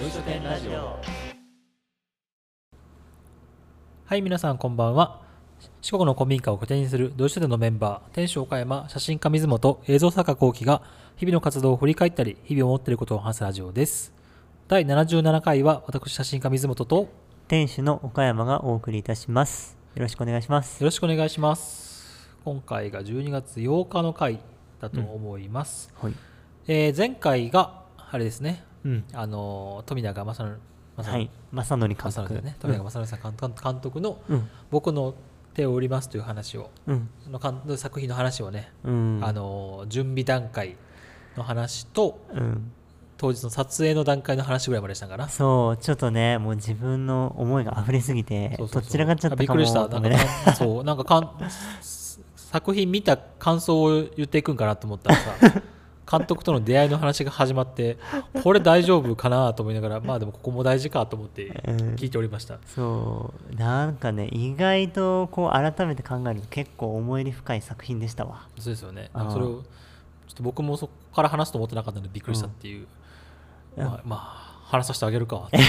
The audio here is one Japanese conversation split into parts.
文書店ラジオはい、皆さんこんばんは。四国の古民家を拠点にする同志社のメンバー、天守岡山、写真家水本、映像作家幸喜が、日々の活動を振り返ったり、日々思っていることを話すラジオです。第77回は、私、写真家水本と、よ店主の岡山がお送りいたしますよろしくお願いしますろしくお願いします。今回が12月8日の回だと思います。はいえー前回が、あれですね、うんあのー富永正則、正はい正則監正則督だよね、富永正則さん監督監督の、うん僕の手を売りますという話を、うんの監の作品の話をね、うんあの準備段階の話とうん当日の撮影の段階の話ぐらいまでしたんかな。そうちょっとねもう自分の思いが溢れすぎそてうそうそうどちらかっちゃったかもあびっくりした。なんかごめんね かんそうなんかかんす作品見た感想を言っていくんかなと思ったら さ。監督との出会いの話が始まってこれ大丈夫かなと思いながらまあでもここも大事かと思ってうん聞いておりました、そうなんかね意外とこう改めて考えると結構思い入れ深い作品でしたわそうですよねあーそれをちょっと僕もそこから話すと思ってなかったのでびっくりしたっていう、まあ、まあ話させてあげるかって思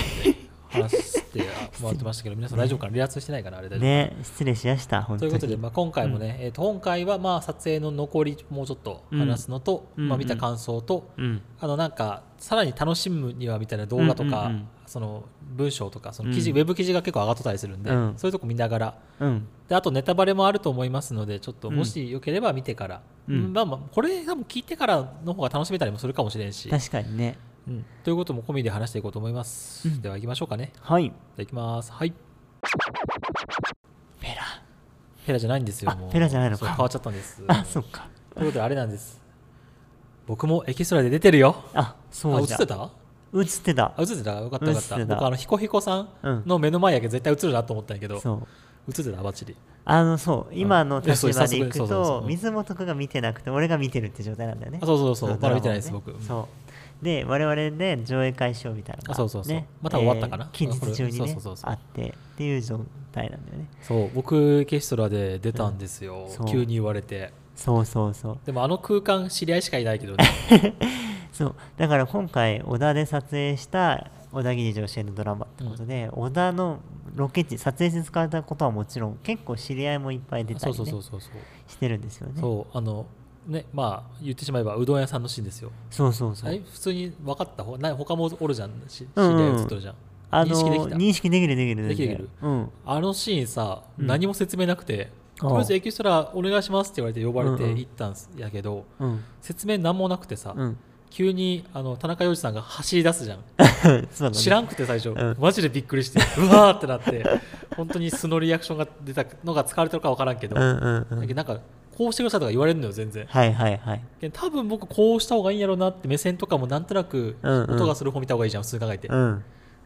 って話してもらってましたけど皆さん大丈夫かな離脱してないかなあれ大丈夫ね失礼しやした本と当いうにことで、まあ、今回もね、えーと今回はまあ撮影の残りもうちょっと話すのと、うんまあ、うん見た感想と、うんあのなんかさらに楽しむにはみたいな動画とか、うんうんうんその文章とかその記事、うんウェブ記事が結構上がってたりするんで、うんそういうとこ見ながらうんであとネタバレもあると思いますのでちょっとうんもしよければ見てから、うんまあ、まあこれ多分聞いてからの方が楽しめたりもするかもしれんし、確かにねうんということも込みで話していこうと思います、うんでは行きましょうかねはいじゃあ行きますはいペラペラじゃないんですよあもうペラじゃないのそかう変わっちゃったんですあそっかということであれなんです僕もエキストラで出てるよああそ映うっじゃてた映ってたあ映ってたよかったよかった映ってた僕あのヒコヒコさんの目の前やけど絶対映るなと思ったんやけど、そう映ってたバッチリあのそう今のいやそう立場でい早速そうくそうそうとうん水本君が見てなくて俺が見てるって状態なんだよねあそうそうそうまだドラマを見てないです僕うんそうで我々で上映開始をみたいなのがあそうそうそうねまた終わったかなえー近日中にこれねそうそうそうそうあってっていう状態なんだよねそう僕エキストラで出たんですよ、うんそう急に言われてそうそうそう でもあの空間知り合いしかいないけどねそうだから今回小田で撮影した小田切女子のドラマってことで、小田のロケ地撮影して使われたことはもちろん結構知り合いもいっぱい出たそうり、そうねそう、そうそうしてるんですよねそうあのねまあ言ってしまえばうどん屋さんのシーンですよそうそうそうあれ普通に分かったほな他もおるじゃんし知りうんうん合い映っとるじゃん、あ認の識できた認識できるできるできるできるうんあのシーンさ、うん何も説明なくてあとありあえずエキストラお願いしますって言われて呼ばれてうんうん行ったんすやけど、うん説明何もなくてさ、うん 急にあの田中要次さんが走り出すじゃんそうだね知らんくて最初、うんマジでびっくり してうわーってなって本当に素のリアクションが出たのが使われてるか分からんけど、うんうんうだけどんなんかこうしてくださいとか言われるのよ全然はいはいはいけど多分僕こうした方がいいんやろうなって目線とかもなんとなくうんうん音がする方見た方がいいじゃん普通に考えて、うん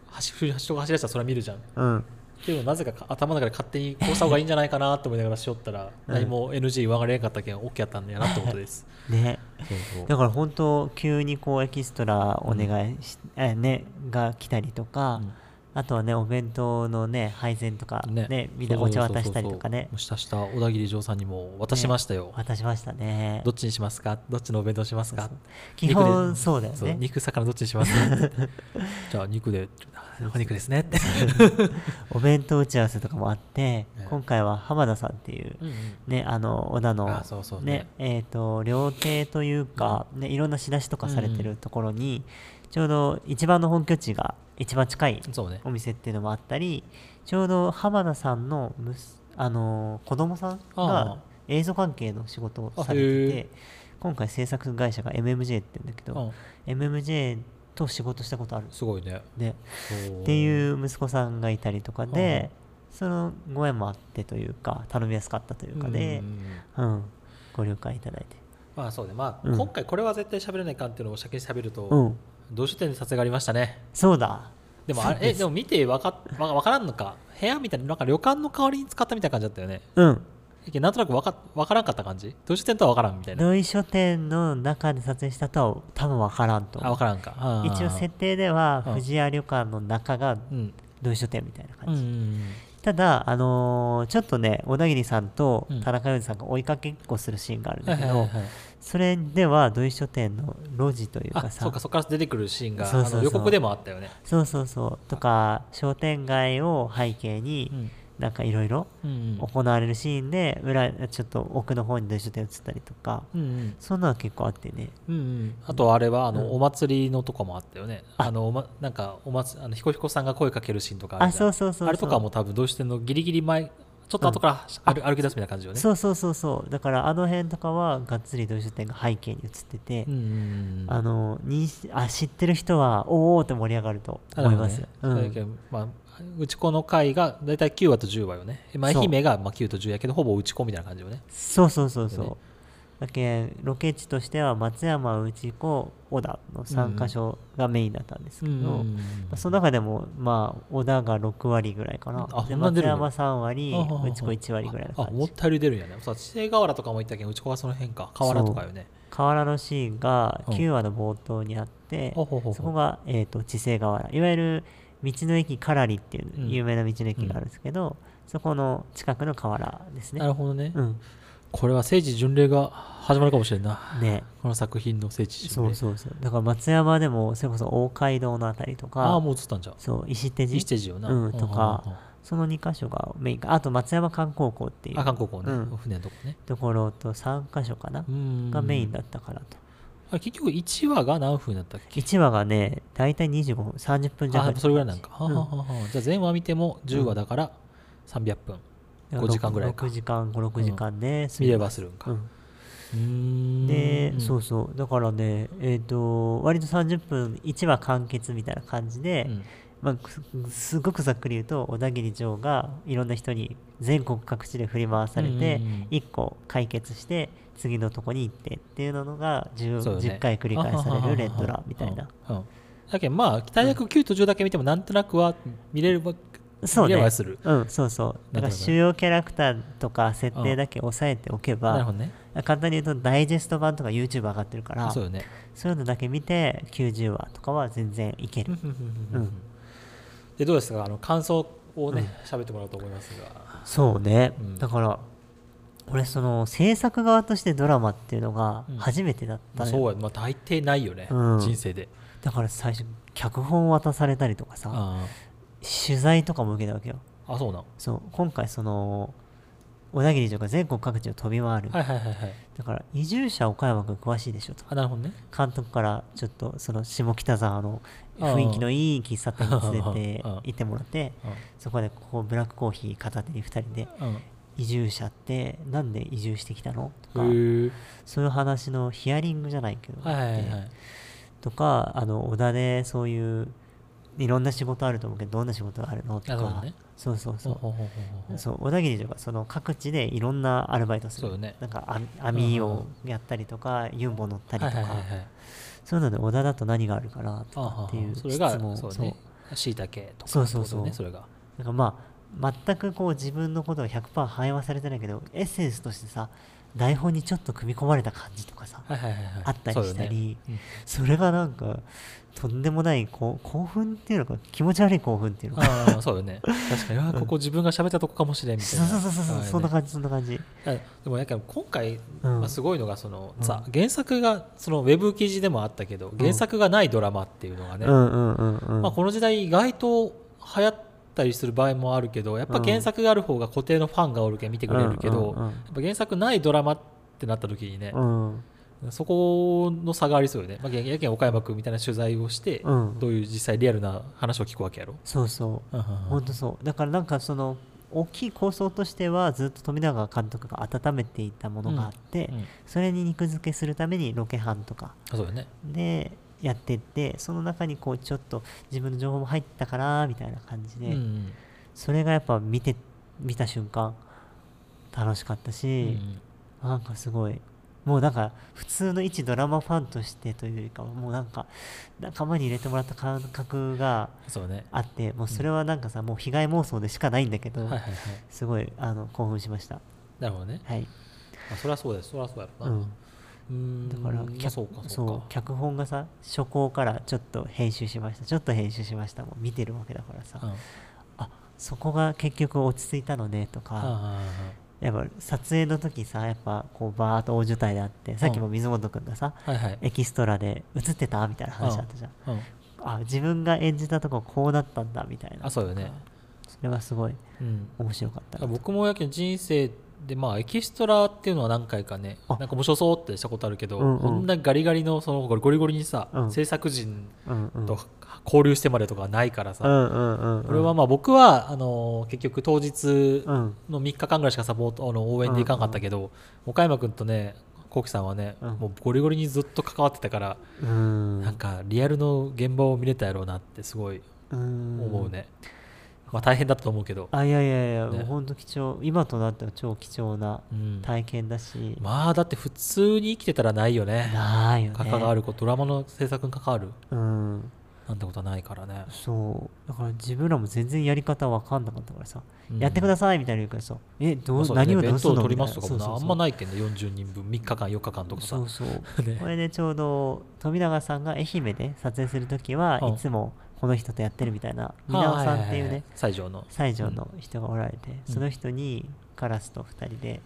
走人が走り出したらそれは見るじゃんうんけどなぜかか頭の中で勝手にこうした方がいいんじゃないかなと思いながらしよったらうん何も NG 言われなかったけん OK やったんだよなってこと です。ねだだかから本当急にこうエキストラお願いし、えねが来たりとか、うんあとはねお弁当のね配膳とからねみんなお茶渡したりとかねそうそうそうそうもうしたした小田切城さんにも渡しましたよ、渡しましたねどっちにしますかどっちのお弁当しますか基肉本でそうだよそうね肉魚どっちにし ますかじゃあ肉でお肉ですねってお弁当打ち合わせとかもあって、今回は浜田さんっていう、うんうんね、あの小田のあそうそうねえー、と料亭というか、ね、いろんな仕出しとかされてうんるところに、ちょうど一番の本拠地が一番近いそうねお店っていうのもあったりちょうど浜田さんのむす、あのー子供さんああが映像関係の仕事をされてあへえて今回制作会社が MMJ って言うんだけど、MMJ と仕事したことあるすごいねでっってういう息子さんがいたりとかで、そのご縁もあってというか頼みやすかったというかでんうん、うんうん、ご了解いただいてまあそうねまあ、うん今回これは絶対喋れないかんっていうのを先に喋ると、うん同書店で撮影がありましたねそうだでもあれえでも見てわかわわからんのか部屋みたいななんか旅館の代わりに使ったみたいな感じだったよねうんえけなんとなくわかわからんかった感じ同書店とはわからんみたいな土井書店の中で撮影したとは多分わからんとあわからんかあー一応設定ではうん藤屋旅館の中がうん土井書店みたいうなん感うんじ、うんただ、あのーちょっとね小田切さんとうん田中裕二さんが追いかけっこするシーンがあるんだけど、はいはいはいそれでは土井書店の路地というあかさそうかそこから出てくるシーンがそうそうそうあの予告でもあったよねそうそうそうとか商店街を背景にうんなんかいろいろうん行われるシーンで裏ちょっと奥の方に土井書店映ったりとか、うんうんそんなの結構あってねうんうん、あとあれはあの、うんお祭りのとかもあったよねああのおまなんかお祭あのひこひこさんが声かけるシーンとかるあじゃんそうそうそうそうあれとかも多分どうしてんのギリギリ前ちょっと後から歩,、歩き出すみたいな感じよねそうそうそうそうだからあの辺とかはがっつり土井書店が背景に映ってて、うんうんうんあの認識あ知ってる人はおーおーって盛り上がるとただ思ねいます、うそうやけん、んまあ、うちこの回が大体9話と10話よね前そう姫がまあ9と10やけどほぼうちこみたいな感じよねそうそうそうそう、ねだけんロケ地としては松山内子小田の3箇所がメインだったんですけど、うんまあその中でもまあ小田が6割ぐらいかなあでそんな出る松の山3割あああ内子1割ぐらいのあ感思っじたより出るんやねそう地勢河原とかも言ったけどうちこはその辺か河原とかよね河原のシーンがうん9話の冒頭にあって、ほうほうほうほうそこが、えー、と地勢河原いわゆる道の駅カラリっていううん有名な道の駅があるんですけど、そこの近くの河原ですねなるほどね、うん、これは聖地巡礼が始まるかもしれんなねこの作品の聖地巡そ礼うそうそうだから松山でもそれこそ大街道のあたりとああかもう映ったんじゃんそう石手寺イステージよな、うん、とか、うんうんうんその2箇所がメインかあと松山観光港っていうあ韓国をね、うん船のとこねところと3箇所かな、うんがメインだったからとあれ結局1話が何分だったっけ1話がね大体25分30分じゃあなでもくてそれぐらいなんか、はうんはははじゃあ全話見ても10話だから300分、だ5時間ぐらいか6時間56時間で、見ればするんか、ううんーん、で、んそうそうだからねえっ、と割と30分1話完結みたいな感じで、うんまあす、すごくざっくり言うと小田切城がいろんな人に全国各地で振り回されてうんうんうん1個解決して次のとこに行ってっていうのが 10, そうよね10回繰り返されるレンドラみたいな。うんうんだけどまあ大学9と10だけ見てもなんとなくは見れるば、そう見れねはする、うん、そうそうだなるほどから主要キャラクターとか設定だけ押さえておけなるほばどね簡単に言うとダイジェスト版とか YouTube 上がってるからそうよねそういうのだけ見て90話とかは全然いける、うん、でどうですかあの感想をね喋、ってもらおうと思いますがそうね、うんだから俺その制作側としてドラマっていうのがうん初めてだったまあのよそうや、まあ、大抵ないよね、うん人生でだから最初脚本渡されたりとかさあ取材とかも受けたわけよーあそうなのそう今回その小田切城が全国各地を飛び回る、はいはいはいはいだから移住者岡山君詳しいでしょとあなるほどね監督からちょっとその下北沢の雰囲気のいい喫茶店に連れてうん行ってもらってそこでこうブラックコーヒー片手に2人でうん、移住者ってなんで移住してきたのとかうん、へえそういう話のヒアリングじゃないけど、はいはいはいはいとかあの小田でそういういろんな仕事あると思うけどどんな仕事があるのとあそうかだねそうそうほそうほううほうほうほうそう小田切城がその各地でいろんなアルバイトすそうるよねなんか網網うんうんをやったりとかユンボ乗ったりはといか、はいはいはいそういうので小田だと何があるかなとあはかはっていう質それが問そうそうねしいたけとかそうそうそうってことねそれがなんかまあ全くこう自分のことが100%反映はされてないけどエッセンスとしてさ台本にちょっと組み込まれた感じとかさはいはいはいはいあったりしたりそうよねそれがなんかとんでもないこう興奮っていうのか気持ち悪い興奮っていううのんかああそうよね 確かにあーここ自分が喋ったとこかもしれんみたいそうなそうそうそうそうあーそんなね感じそんな感じいやでもなんか今回、うんまあ、すごいのがその、うんさ原作がそのウェブ記事でもあったけど原作がないドラマっていうのがね、うんうんうんうん、まあ、この時代意外と流行ったりする場合もあるけどやっぱ原作がある方が固定のファンがおるけん見てくれるけど、うんうんうんやっぱ原作ないドラマってなった時にね、うんそこの差がありそうよね、まあ、やけん岡山君みたいな取材をして、うんどういう実際リアルな話を聞くわけやろ。そうそう本当そうだからなんかその大きい構想としてはずっと富永監督が温めていたものがあって、うんうんそれに肉付けするためにロケハンとかあそうよねでやってってその中にこうちょっと自分の情報も入ったかなみたいな感じで、うんうんそれがやっぱ見て見た瞬間楽しかったうし、んなんかすごいもうなんか普通の一ドラマファンとしてというよりかはもうなんか仲間に入れてもらった感覚がそうねあってもうそれはなんかさ、もう被害妄想でしかないんだけど、はいはいはいすごいあの興奮しましたなるほどね、はい、まあ、それはそうですそれはそうやろうな、ん、うんだから、まあ脚そうかそそううか脚本がさ初稿からちょっと編集しましたちょっと編集しましたもう見てるわけだからさ、うんあそこが結局落ち着いたのでとか、あやっぱ撮影の時さやっぱこうバーっと大所帯であってさっきも水本君がさ、あはいはいエキストラで映ってたみたいな話あったじゃん、うんうんあ自分が演じたとここうだったんだみたいなあそうよねそれはすごいうん面白かったな僕もやけん人生でまあエキストラっていうのは何回かねなあんか面白そうってしたことあるけど、うんうんこんなガリガリのそのゴリゴリにさ、うん制作人うんうんと交流してまでとかはないからさ、うんうんうんうんこれはまあ僕はあの結局当日うんの3日間ぐらいしかサポートあの応援でいかんかったけど、岡山君とねこうきさんはね、うんもうゴリゴリにずっと関わってたから、うんなんかリアルの現場を見れたやろうなってすごい思思うね、まあ大変だったと思うけど、あいやいやいや、ねもうほんと貴重今となっては超貴重なうん体験だし、まあだって普通に生きてたらないよねないよね関わることドラマの制作に関わるうんなんてことはないからねそうだから自分らも全然やり方わかんなかったからさ、うんやってくださいみたいな言うからさえどまあうそうだね何をど弁うす当るの取りますとみかたもいななそうそうそうあんまないけんね40人分3日間4日間とかさそうそう ねこれでちょうど富永さんが愛媛で撮影する時はうんいつもこの人とやってるみたいなあ皆尾さんっていうはははね西条の西条の人がおられてうんその人にカラスと2人で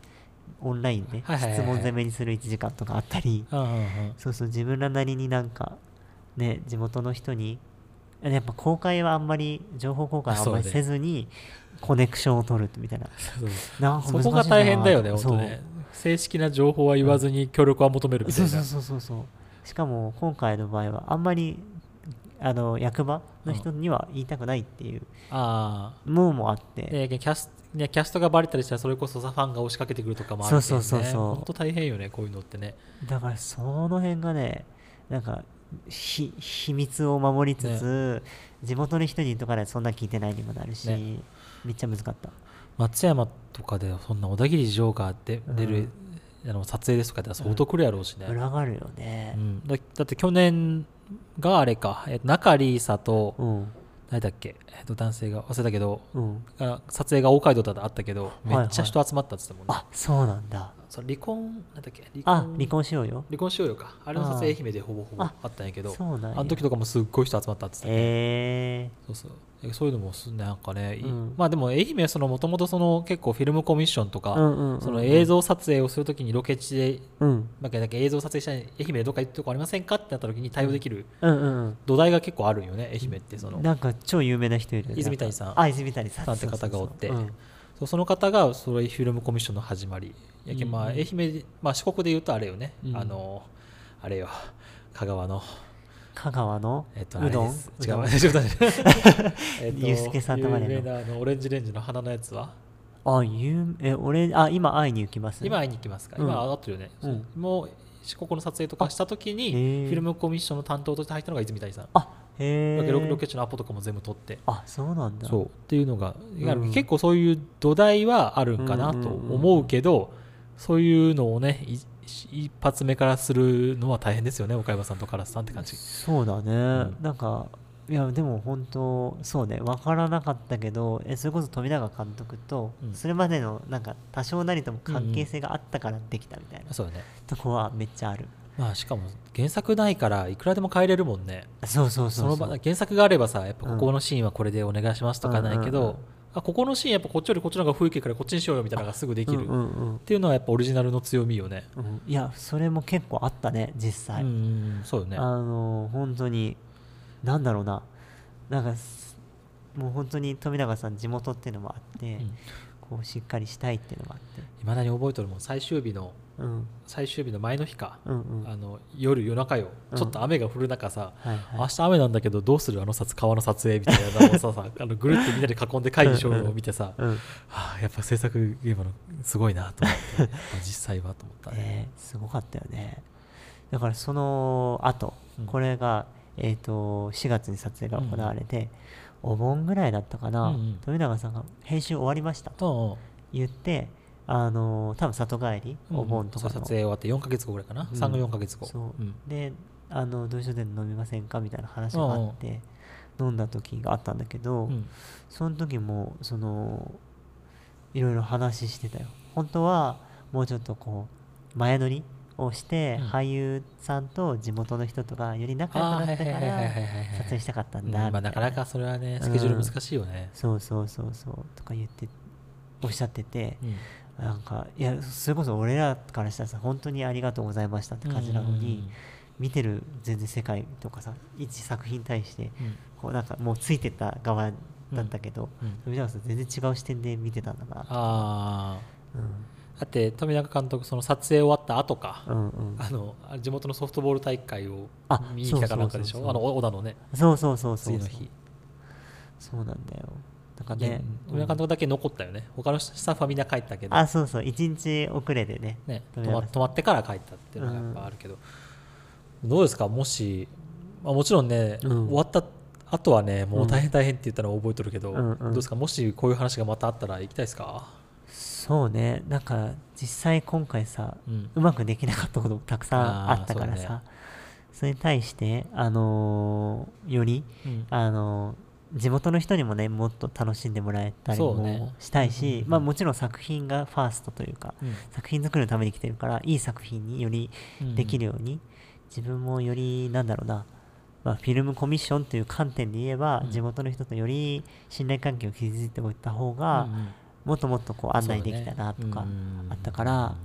オンラインではいはいはいはい質問攻めにする1時間とかあったりうんうんうんそうそう自分らなりになんかね地元の人にやっぱ公開はあんまり情報公開はあんまりそうねせずにコネクションを取るみたいなそうなんかそ難しいこなが大変だよね、本そう当ね。正式な情報は言わずに協力は求めるみたいそうな。そうそうそうそうしかも今回の場合はあんまりあの役場の人には言いたくないっていうあムーもあっあ。て、でキャスね、キャストがバレたりしたらそれこそさファンが押しかけてくるとかもあるけど、そうね、そうそうそう本当大変よねこういうのってねだからその辺がねなんかひ秘密を守りつつ、地元の人にとかでそんな聞いてないにもなるし、ねめっちゃ難かった松山とかでそんな小田切ジョーカーって出る、あの撮影ですとかやったら相当来るやろうしね、裏がるよねうんだだって去年があれか、えっと、中里依紗とうん誰だっけ、えっと、男性が忘れたけどうんあ撮影が大街道だとあったけどめっちゃ人集まったっつってたもんね、あそうなんだそれ離婚なんだっけ離あ離婚しようよ離婚しようよかあれの撮影愛媛でほぼほぼああったんやけどそうなんやあの時とかもすっごい人集まったっつってたへえそうそうえそういうのもすなんかね、いいうんまあでも愛媛はそのもともとその結構フィルムコミッションとか、うんうんうんうんその映像撮影をするときにロケ地でうんなんかなんか映像撮影したい愛媛でどっか行くとこありませんかってなった時に対応できるうんうん土台が結構あるんよね愛媛ってそうんのなんか超有名な人いるよね泉谷さんあ泉谷さんさんって方がおっそてうそうそううんそうその方がそれフィルムコミッションの始まりやけんまあうんうん愛媛で、まあ、四国で言うとあれよね、うんあのあれよ香川の香川のえっと、うどあんれです違うどう、ん違う 違う えっとユースケさんとまでの有名なあのオレンジレンジの花のやつはあゆえ俺あ今会いに行きます今会いに行きますか、うん今会ってるよね、うんもう四国の撮影とかした時にあへーフィルムコミッションの担当として入ったのが泉谷さんあへロえケロケロケ地のアポとかも全部撮ってあそうなんだそうっていうのが、いやうん結構そういう土台はあるんかなと思うけど、そういうのをねい一発目からするのは大変ですよね岡山さんとカラスさんって感じそうだね、んなんかいやでも本当そうね分からなかったけどえそれこそ富永監督とうんそれまでのなんか多少なりとも関係性があったからできたみたいなそうだねとこはめっちゃあるまあしかも原作ないからいくらでも変えれるもんねそうそうそそうのそう場原作があればさやっぱうこんこのシーンはこれでお願いしますとかないけど、うんうんうんあここのシーンやっぱこっちよりこっちの方が風景からこっちにしようよみたいなのがすぐできる、うんうっんうんていうのはやっぱオリジナルの強みよね、うんいやそれも結構あったね実際、うんうんうんそうよねあの本当になんだろうななんかすもう本当に富永さん地元っていうのもあって、うんこうしっかりしたいっていうのもあって、いまだに覚えとるもん最終日のうん、最終日の前の日か、うんうんあの夜夜中ようんちょっと雨が降る中さ、はいはい明日雨なんだけどどうするあの撮川の撮影みたいなのをさ さあのぐるっとみんなで囲んで会議しようよを見てさ、うんはあ、やっぱ制作現場のすごいなと思って 実際はと思ったね。ねすごかったよねだからその後、うんこれが、えー、と4月に撮影が行われて、お盆ぐらいだったかな、うんうん富永さんが「編集終わりました」とと言ってあのー多分里帰りお盆とかそうの、撮影終わって4ヶ月後ぐらいかな、うん34ヶ月後そう、んであの同書で飲みませんかみたいな話があって、飲んだ時があったんだけど、うんその時もそのいろいろ話してたよ本当はもうちょっとこう前乗りをして、うん俳優さんと地元の人とかより仲良くなったかあーはいはいらはいはいはいはい撮影したかったうんんまだみあたないかなかそれはねスケジュール難しいよね、そうそうそうそうとか言っておっしゃってて、うんなんかいやそれこそ俺らからしたらさ本当にありがとうございましたって感じなのに、うんうんうん見てる全然世界とかさ一作品に対して、うんこうなんかもうついてた側だったけど、うんうん富永さん全然違う視点で見てたんだなあうんあだって富永監督その撮影終わった後か、うんうんあのあ地元のソフトボール大会をあ見に来たかなんかでしそうそうそうそうょあの小田のねそうそうそうそう次の日そうなんだよなんなかんねね富永監督だけ残ったよね他のスタッフはみんな帰ったけどあそうそう一日遅れでねね、富泊ま永さん泊まってから帰ったっていうのがやっぱあるけど、どうですかもし、まあ、もちろんね、うん終わった後はねもううん大変大変って言ったのを覚えとるけど、うんうんどうですかもしこういう話がまたあったら行きたいですか、そうねなんか実際今回さ、ううんまくできなかったこともたくさんあったからあーそうだねさそ,、れに対してあのーより、うんあのー地元の人にもねもっと楽しんでもらえたりそうねもしたいうんうんし、うんまあ、もちろん作品がファーストというか、うん作品作りのために来てるからいい作品によりうんできるように、自分もよりなんだろうな、まあ、フィルムコミッションという観点で言えば、うん地元の人とより信頼関係を築いておいた方が、うんうんもっともっとこう案内できたなとそかうだねあったから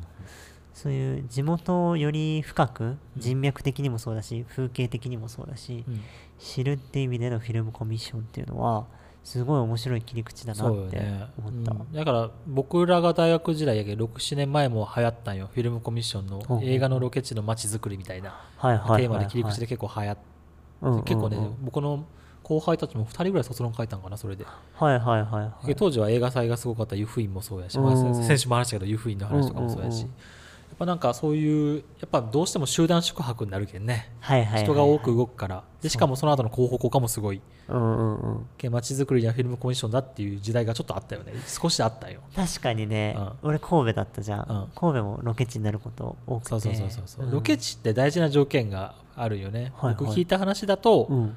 そういう地元をより深く人脈的にもそうだし風景的にもそうだしうん知るっていう意味でのフィルムコミッションっていうのはすごい面白い切り口だなそうよってね思ったうんだから僕らが大学時代やけど67年前も流行ったんよフィルムコミッションほうのほう映画のロケ地の街づくりみたいなはいテはいはいーマはいで切り口で結構流行ってうんうんうん結構ね、僕の後輩たちも2人ぐらい卒論書いたんかなそれで、はいはいはいはいで当時は映画祭がすごかった湯布院もそうやし、まあうん先週も話したけど湯布院の話とかもそうやし、うんうんうんやっぱなんかそういうやっぱどうしても集団宿泊になるけんねはいはいはい人が多く動くからでしかもその後の広報効果もすごいうんうんうんけん街づくりやフィルムコミッションだっていう時代がちょっとあったよね少しあったよ確かにねうん俺神戸だったじゃんうん神戸もロケ地になること多くてそうそうそうそうそう、んロケ地って大事な条件があるよね、はいはい僕聞いた話だと、うん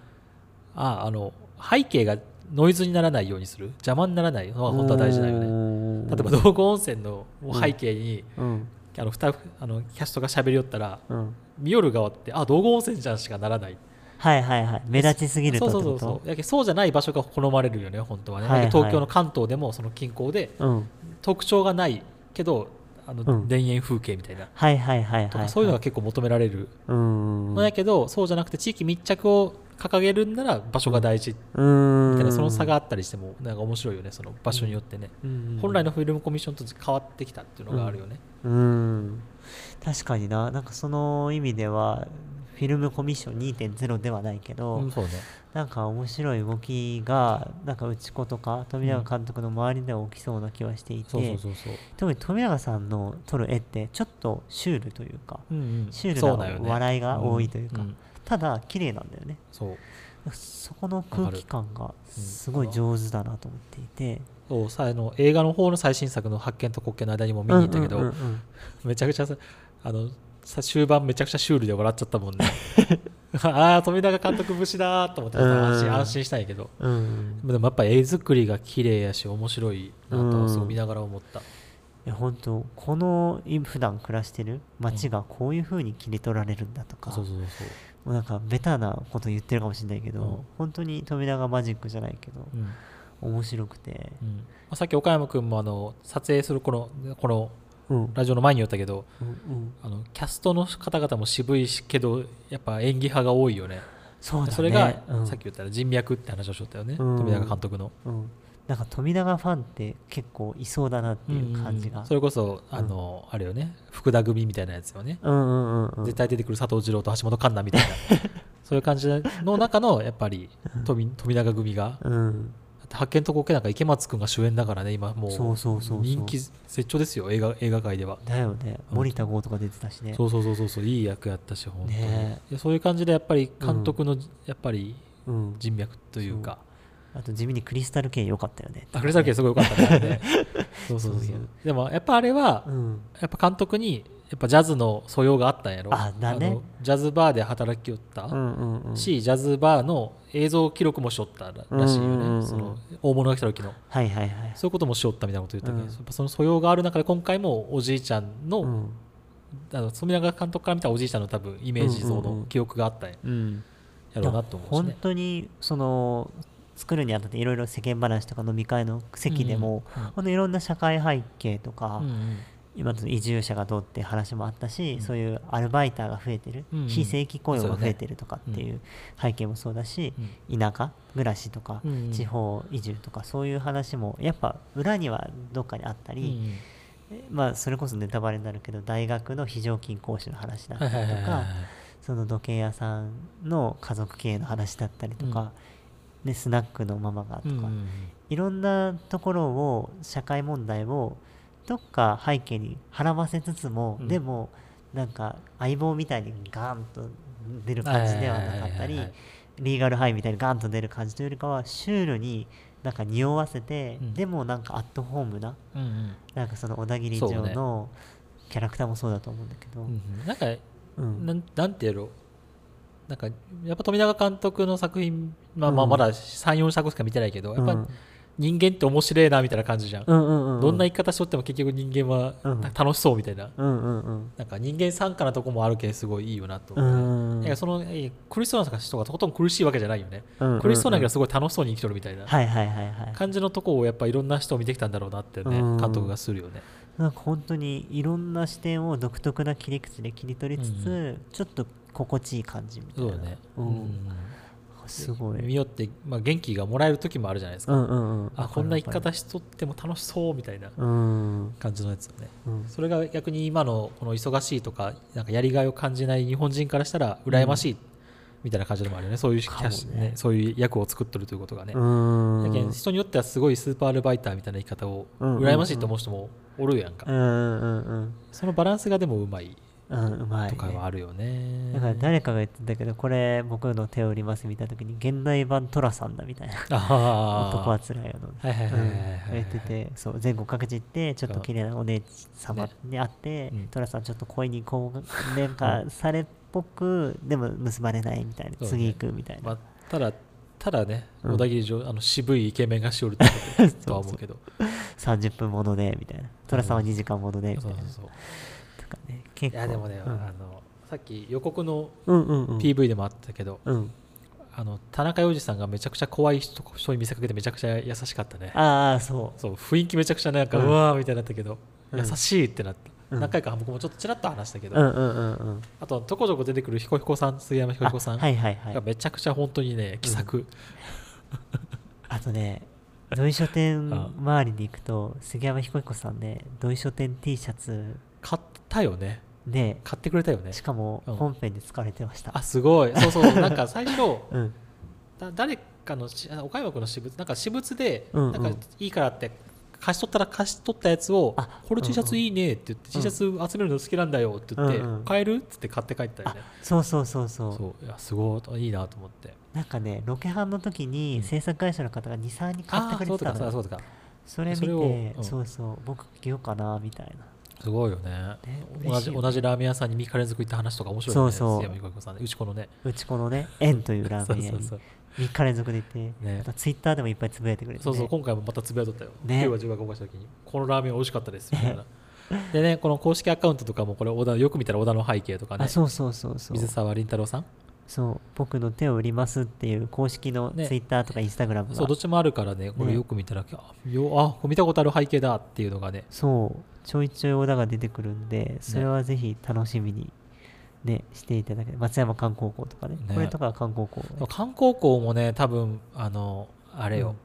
ああの背景がノイズにならないようにする邪魔にならないのが本当は大事だよねうん例えば道後温泉の背景に、うんあのふたあのキャストが喋りよったらうん見よる側ってあ道後温泉じゃんしかならないはいはいはい目立ちすぎるとそっうてそこうとそうそうやけそうじゃない場所が好まれるよね本当はね、はいはいやけ東京の関東でもその近郊でうん特徴がないけどあの、うん田園風景みたいなはいはいはいはいとはかいそういうのが結構求められるうんのやけど、そうじゃなくて地域密着を掲げるんなら場所が大事みうんたいな、その差があったりしてもなんか面白いよねその場所によってね、うん本来のフィルムコミッションと変わってきたっていうのがあるよね、うん確かにななんかその意味ではフィルムコミッション2.0ではないけど、うんそうねなんか面白い動きがなんか内子とか富永監督の周りでは起きそうな気はしていて、そうそうそうそう特に富永さんの撮る絵ってちょっとシュールというか、うんうんシューそうだよルねな笑いが多いというかんんただ綺麗なんだよねそうそこの空気感がうんすごい上手だなと思っていてそうさあの映画の方の最新作の「発見と国権」の間にも見に行ったけど、うんうんうんうん めちゃくちゃさあのさ終盤めちゃくちゃシュールで笑っちゃった もんねああ富永監督節だーと思ってちょっと安うん心安心したんやけどうんでもやっぱ絵作りが綺麗やし面白いなとはすごい見ながら思った、いや本当このい普段暮らしてる街がこういう風に切り取られるんだとか、そうもそうそう、うなんかベタなこと言ってるかもしれないけど、うん本当に富永マジックじゃないけど、うん面白くて、うんまあ、さっき岡山君もあの撮影するこのこのうんラジオの前に言ったけどうんうんあのキャストの方々も渋いしけどやっぱ演技派が多いよねそうだねそれが、うん、さっき言ったら人脈って話をしとったよね、うん富永監督の、うん、なんか富永ファンって結構いそうだなっていう感じが、それこそあの、あれよね福田組みたいなやつよね、うんうんうんうん絶対出てくる佐藤二朗と橋本環奈みたいな そういう感じの中のやっぱり富富永組がうんだって発見とこけなんか池松君が主演だからね今もうそうそうそうそう人気絶頂ですよ映画映画界では、だよねうん森田剛とか出てたしねそうそうそうそうそういい役やったし本当に、ねいやそういう感じでやっぱり監督の、やっぱりうん、人脈というか、あと地味にクリスタル系良かったよねあクリスタルケイすごい良かったねあれ ねそうそうそうそういうでもやっぱあれは、うんやっぱ監督にやっぱジャズの素養があったんやろあだねのジャズバーで働きよった、うんうんうんしジャズバーの映像記録もしよったららしいよね、うんうんうんうんその大物が来た時のはいはいはいそういうこともしよったみたいなこと言ったけど、うんやっぱその素養がある中で今回もおじいちゃんうのんあの富永監督から見たおじいちゃんの多分イメージ像うんうんうのん記憶があったんやうん、ろうなと思うし本ね。当にその作るにあたっていろいろ世間話とか飲み会の席でも、うんうんうん本当いろんな社会背景とか、うんうん今の移住者がどうって話もあったし、うんそういうアルバイターが増えてる、うんうん非正規雇用が増えてるとかっそてういだう背景もそうだし、田舎暮らしとか、うんうん地方移住とかそういう話もやっぱ裏にはどっかにあったうんり、まあ、それこそネタバレになるけど大学の非常勤講師の話だったりとか、はいはいはいはいその時計屋さんの家族経営の話だったりとか、ね、スナックのママがとうか、んうんうんいろんなところを社会問題をどっか背景にはらませつつも、うんでもなんか相棒みたいにガーンと出る感じではなかったはいはいはいはいりはいリーガルハイみたいにガーンと出る感じというよりかはシュールになんか匂わせて、うんでもなんかアットホームなうんうんなんかその小田切そ城うねのキャラクターもそうだと思うんだけど、うんうんなんか、うんなんなんてやろうなんかやっぱ富永監督の作品、まあ、まあうんまだ34作しか見てないけど、やっうぱん人間って面白いなみたいな感じじゃん、うんうんうんうんどんな生き方しとっても結局人間はうん楽しそうみたいな、うんうんうんなんか人間参加なとこもあるけんすごいいいよなとう思う、んいやそのいや苦しそうな人がとことん苦しいわけじゃないよね、うんうん苦しそうなけどすごい楽しそうに生きとるみたいなはいはいはいはい感じのとこをやっぱいろんな人を見てきたんだろうなってね、うん監督がするよね。なんか本当にいろんな視点を独特な切り口で切り取りつつ、うんちょっと心地いい感じみたいそうなだね、うんうんすご見いよって、まあ、元気がもらえる時もあるじゃないですうか、んうんうんあこんな生きわか方るしとっても楽しそうみたいなわかるうん感じのやつよねうんそれが逆に今のこの忙しいとかなんかやりがいを感じない日本人からしたら羨ましいみたいな感じでもあるよね、そういうキャッシかュもねねそういう役を作っとるということがね、うんだけん人によってはすごいスーパーアルバイターみたいな言い方をうん羨ましいと思う人もおるやんか、うんうんうんそのバランスがでもうまいうんうまいね、とかはあるよね、だから誰かが言ってたけどこれ僕の手を売ります見た時に現代版トラさんだみたいなあー男はつらいよのはいはいはいはいはいはいうん言っててそう全国各地行ってちょっと綺麗なお姉様に会って、うんトラさんちょっと恋にこうなんかされっぽくでも結ばれないみたいな、そうね次行くみたいまな、あ、ただただねうん小田切城、あの渋いイケメンがしおるってこととは思うけ ど30分ものでみたいなトラさんは2時間ものでみたいそうな、そうそうとかね結い構やでもね、うんあのさっき予告のうんうんうん PV でもあったけど、うんあの田中洋次さんがめちゃくちゃ怖い人人に見せかけてめちゃくちゃ優しかったねああそそう雰囲気めちゃくちゃなんか、ううんわーみたいになったけど、うん優しいってなった、うん何回か僕もちょっとちらっと話したけうど、うんうんうんうんあととこどこ出てくる彦彦さん杉山彦彦さあんはいはいはいがめちゃくちゃ本当にね気さく、 あとね、土井書店あ周りに行くと、杉山彦彦さんね、土井書店 T シャツ買ったよねで、買ってくれたよねしかもうん本編で使われてました。あすごいそうそうそうなんか最初うん。だ誰かのしあ岡山君の私物なんか私物で、うんうんなんかいいからって貸し取ったら貸し取ったやつをあこれ T シャツいいねって言って、T うんうんシャツ集めるの好きなんだよって言って、うんうん買えるっつって買って帰ったよあね、そうそうそうそう。そういやすごいあいいなと思ってなんかね、ロケハンの時うんに制作会社の方が2、3人買っそてくれうとてたかそうだそうのよ。だそれ見それをてう、んそうそう、僕着ようかな、みたいな。すごいよねね同嬉しいじよね同じラーメン屋さんに3日連続行った話とか面白いよねそうそう杉山由香子さんねうちこのねうちこのね、円というラーメン屋に そうそう3日連続で行って、ねまたツイッターでもいっぱいつぶやいてくれて、ね。そうそう、今回もまたつぶやいとったよ。ねね、今日は10公開した時に、このラーメン美味しかったですみたい な。でね、この公式アカウントとかも、これ、小田よく見たら小田の背景とかねあ、、そうそうそうそう。水沢林太郎さん、そう僕の手を売りますっていう公式のねツイッターとかインスタグラムが、そう、どっちもあるからね、これねよく見たら、あよあ、これ見たことある背景だっていうのがね、そうちょいちょい小田が出てくるんでそれはぜひ楽しみに、ね、していただけ松山観光校とかねねこれとかは観光校観光校もね、多分あの、あれよ、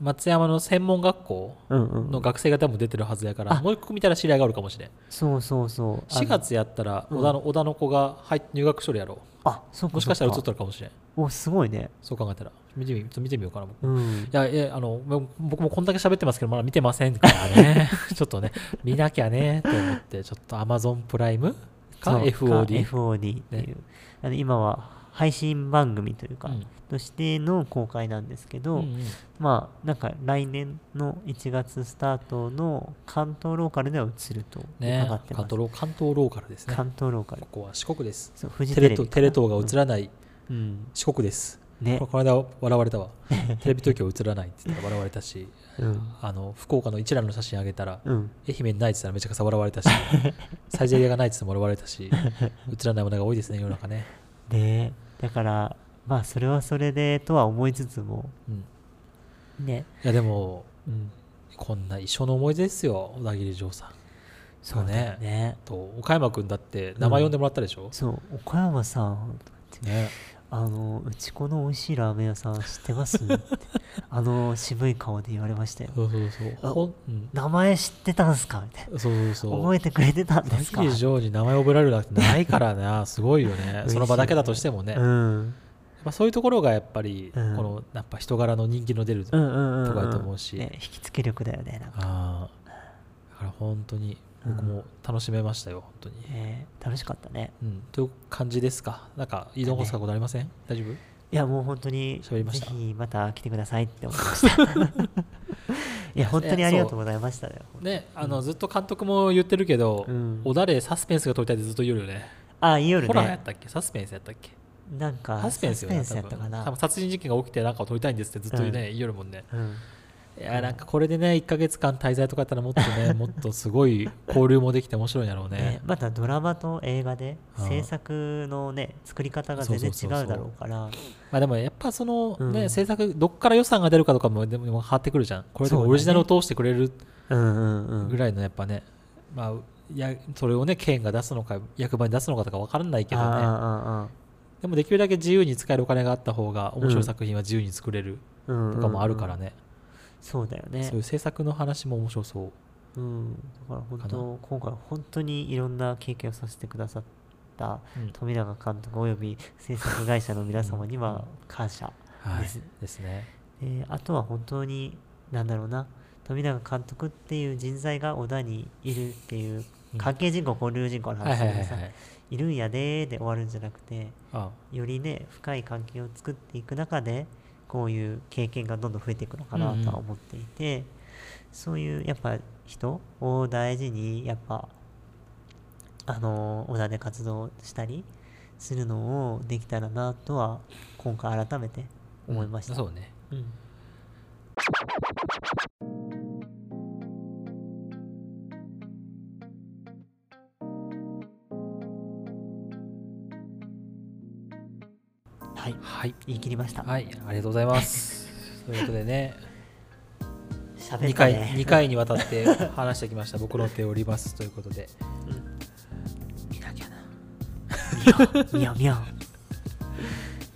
松山の専門学校うんうんの学生が多分出てるはずやかあら、もう一個見たら知り合いがあるかもしれん。そうそうそうあの4月やったら、うん小田の、小田の子が入っ入学しとるやろ。あそうかもしかしたら映っそうとるかもしれん。おすごいねそう考えたら。見てみちょっと見てみようかな、僕うんいや、いやあの、もう僕もこんだけ喋ってますけど、まだ見てませんから ね。ちょっとね、見なきゃね、と思って、ちょっと Amazon プライムかそう FOD。 FOD っていう、ねあの今は配信番組というか、うんとしての公開なんですけうんど、うんまあなんか来年の1月スタートの関東ローカルでは映るとね伺って関ます、東ロー、関東ローカルですね。こ関東ローカルこは四国です。そうフジテテレレビか東なテレ東が映らないうん四国です。ねこれこの間笑われた わテレビ東京映らないって言ったら笑われたしうんあの福岡の一覧の写真あげたら、うん愛媛ないって言ったらめちゃくちゃ笑われた しサイゼリヤがないって言っても笑われたし映らないものが多いですね世の中ね、ねだからまあそれはそれでとは思いつつもうん、いねやでもうんこんな一生の思い出ですよ小田切丈さんそうだよねと岡山君だって名前呼んでもらったでしょ、そう岡山さんねあのうちこの美味しいラーメン屋さん知ってますってあの渋い顔で言われましたよそうそうそうあほん、うん、名前知ってたんすかみたいなそうそうそう覚えてくれてたんですか小田切丈に名前を覚えられるなんてないから なすごいよねその場だけだとしてもね、うやっんぱそういうところがやっぱり、うんこのやっぱ人柄の人気の出る、うんうんうんんとかだと思うしね引きつけ力だよねなんかああだから本当にうん僕も楽しめましたよ、本当に、ね楽しかったねうん、という感じですかなんか言い残すことありません、大丈夫いやもう本当に喋りましたぜひまた来てくださいって思いました いや本当にありがとうございましたよ、ねあの、ずっと監督も言ってるけど、うんおだれサスペンスが撮りたいってずっと言うよねああいい夜ホラーやねったっけサスペンスやったっけなんかサスペンスよねサやったかな多分殺人事件が起きてなんかを撮りたいんですってずっとね、うん言うよるもんねうんいやなんかこれでね1か月間滞在とかやったらもっとねもっとすごい交流もできて面白いんやろう ねね、またドラマと映画でうん制作のね作り方が全然違うだろうからまあでもやっぱそのね、うん制作どっから予算が出るかとかもでもでも変わってくるじゃんこれでもそうだねオリジナルを通してくれるうんうんうんぐらいのやっぱね、まあやそれをね県が出すのか役場に出すのかとか分からないけどあねああああでもできるだけ自由に使えるお金があった方が面白い作品は自由に作れるあうんうんうんとかもあるからね、そうだよねそういう制作の話も面白そううんだから本か当今回本当にいろんな経験をさせてくださったうん富永監督および制作会社の皆様には感謝はいですですねであとは本当になんだろうな富永監督っていう人材が小田にいるっていううん関係人口交流人口のはい話はいではいさはいいるんやでーで終わるんじゃなくてあよりね深い関係を作っていく中でこういう経験がどんどん増えていくのかなうんうんとは思っていて、そういうやっぱ人を大事にやっぱあの小田で活動したりするのをできたらなとは今回改めて思いました。そうねうんはい、はい言い切りました。はい、ありがとうござい ます。ということでね、喋2った回ね。二回にわたって話してきました、僕の手をリバースということで。見なきゃな。みよみ よ。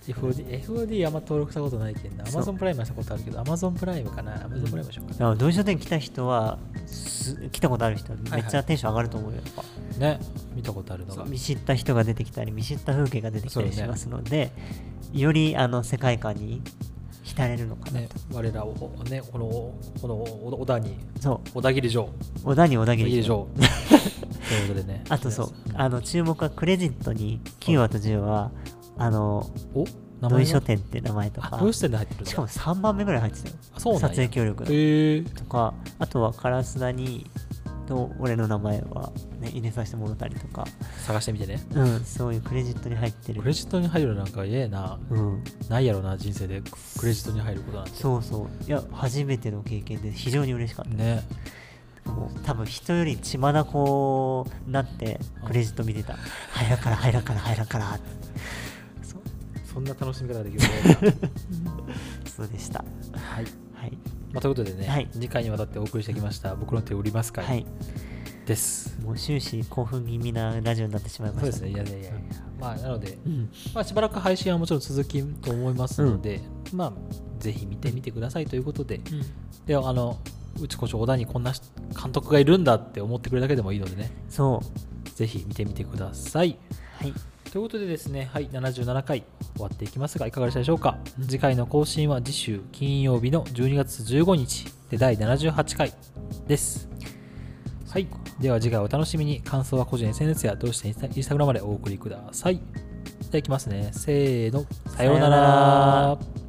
FOD、FOD あんま登録したことないけんな。そう Amazon プライムはしたことあるけど、Amazon プライムかな。Amazon プライムでしょうか。だから同時書店来た人はす来たことある人はめっちゃテンション上がると思うよ。やっぱね、見たことあるのそうが。見知った人が出てきたり見知った風景が出てきたりそうしねますので、よりあの世界観に浸れるのかなねと。、我らを、ね、この、このお小田に、そう小田切城。小田に小田小田切切城城。 ということでね。あとそうあの注目はクレジットに9話と10話あのお名土前井が書店って名前とあ、かどうして入ってるんだしかも3番目ぐらい入ってたよあそうなんや撮影協力のへえとかあとはカラスダにと俺の名前は、ね、入れさせてもらったりとか、探してみてね。うん、そういうクレジットに入ってるクレジットに入るなんか、ええな。うん、ないやろな人生でククレジットに入ることなんてそうそういや初めての経験で非常に嬉しかった、ねもう多分人より血まなこになってクレジット見てた入らから入らから入らからってそうそんな楽しみ方ができ るそうでしたはい、はいまあ、ということでね、はい次回にわたってお送りしてきました「僕の手を売ります会」はい、です、もう終始興奮気味なラジオになってしまいまそうしですたねいやいやいやまあなので、うんまあ、しばらく配信はもちろん続きと思いますので、まあぜひ見てみてくださいということで、であのうちこちょ小田にこんな監督がいるんだって思ってくれるだけでもいいのでねそうぜひ見てみてくださいはいということでですね、はい、77回終わっていきますが、いかがでしたでしょうか。次回の更新は次週金曜日の12月15日で第78回です。はい、では次回お楽しみに、感想は個人 SNS やどうしてインスタインスタグラムまでお送りください。じゃあいきますね。せーの、さようなさようならら。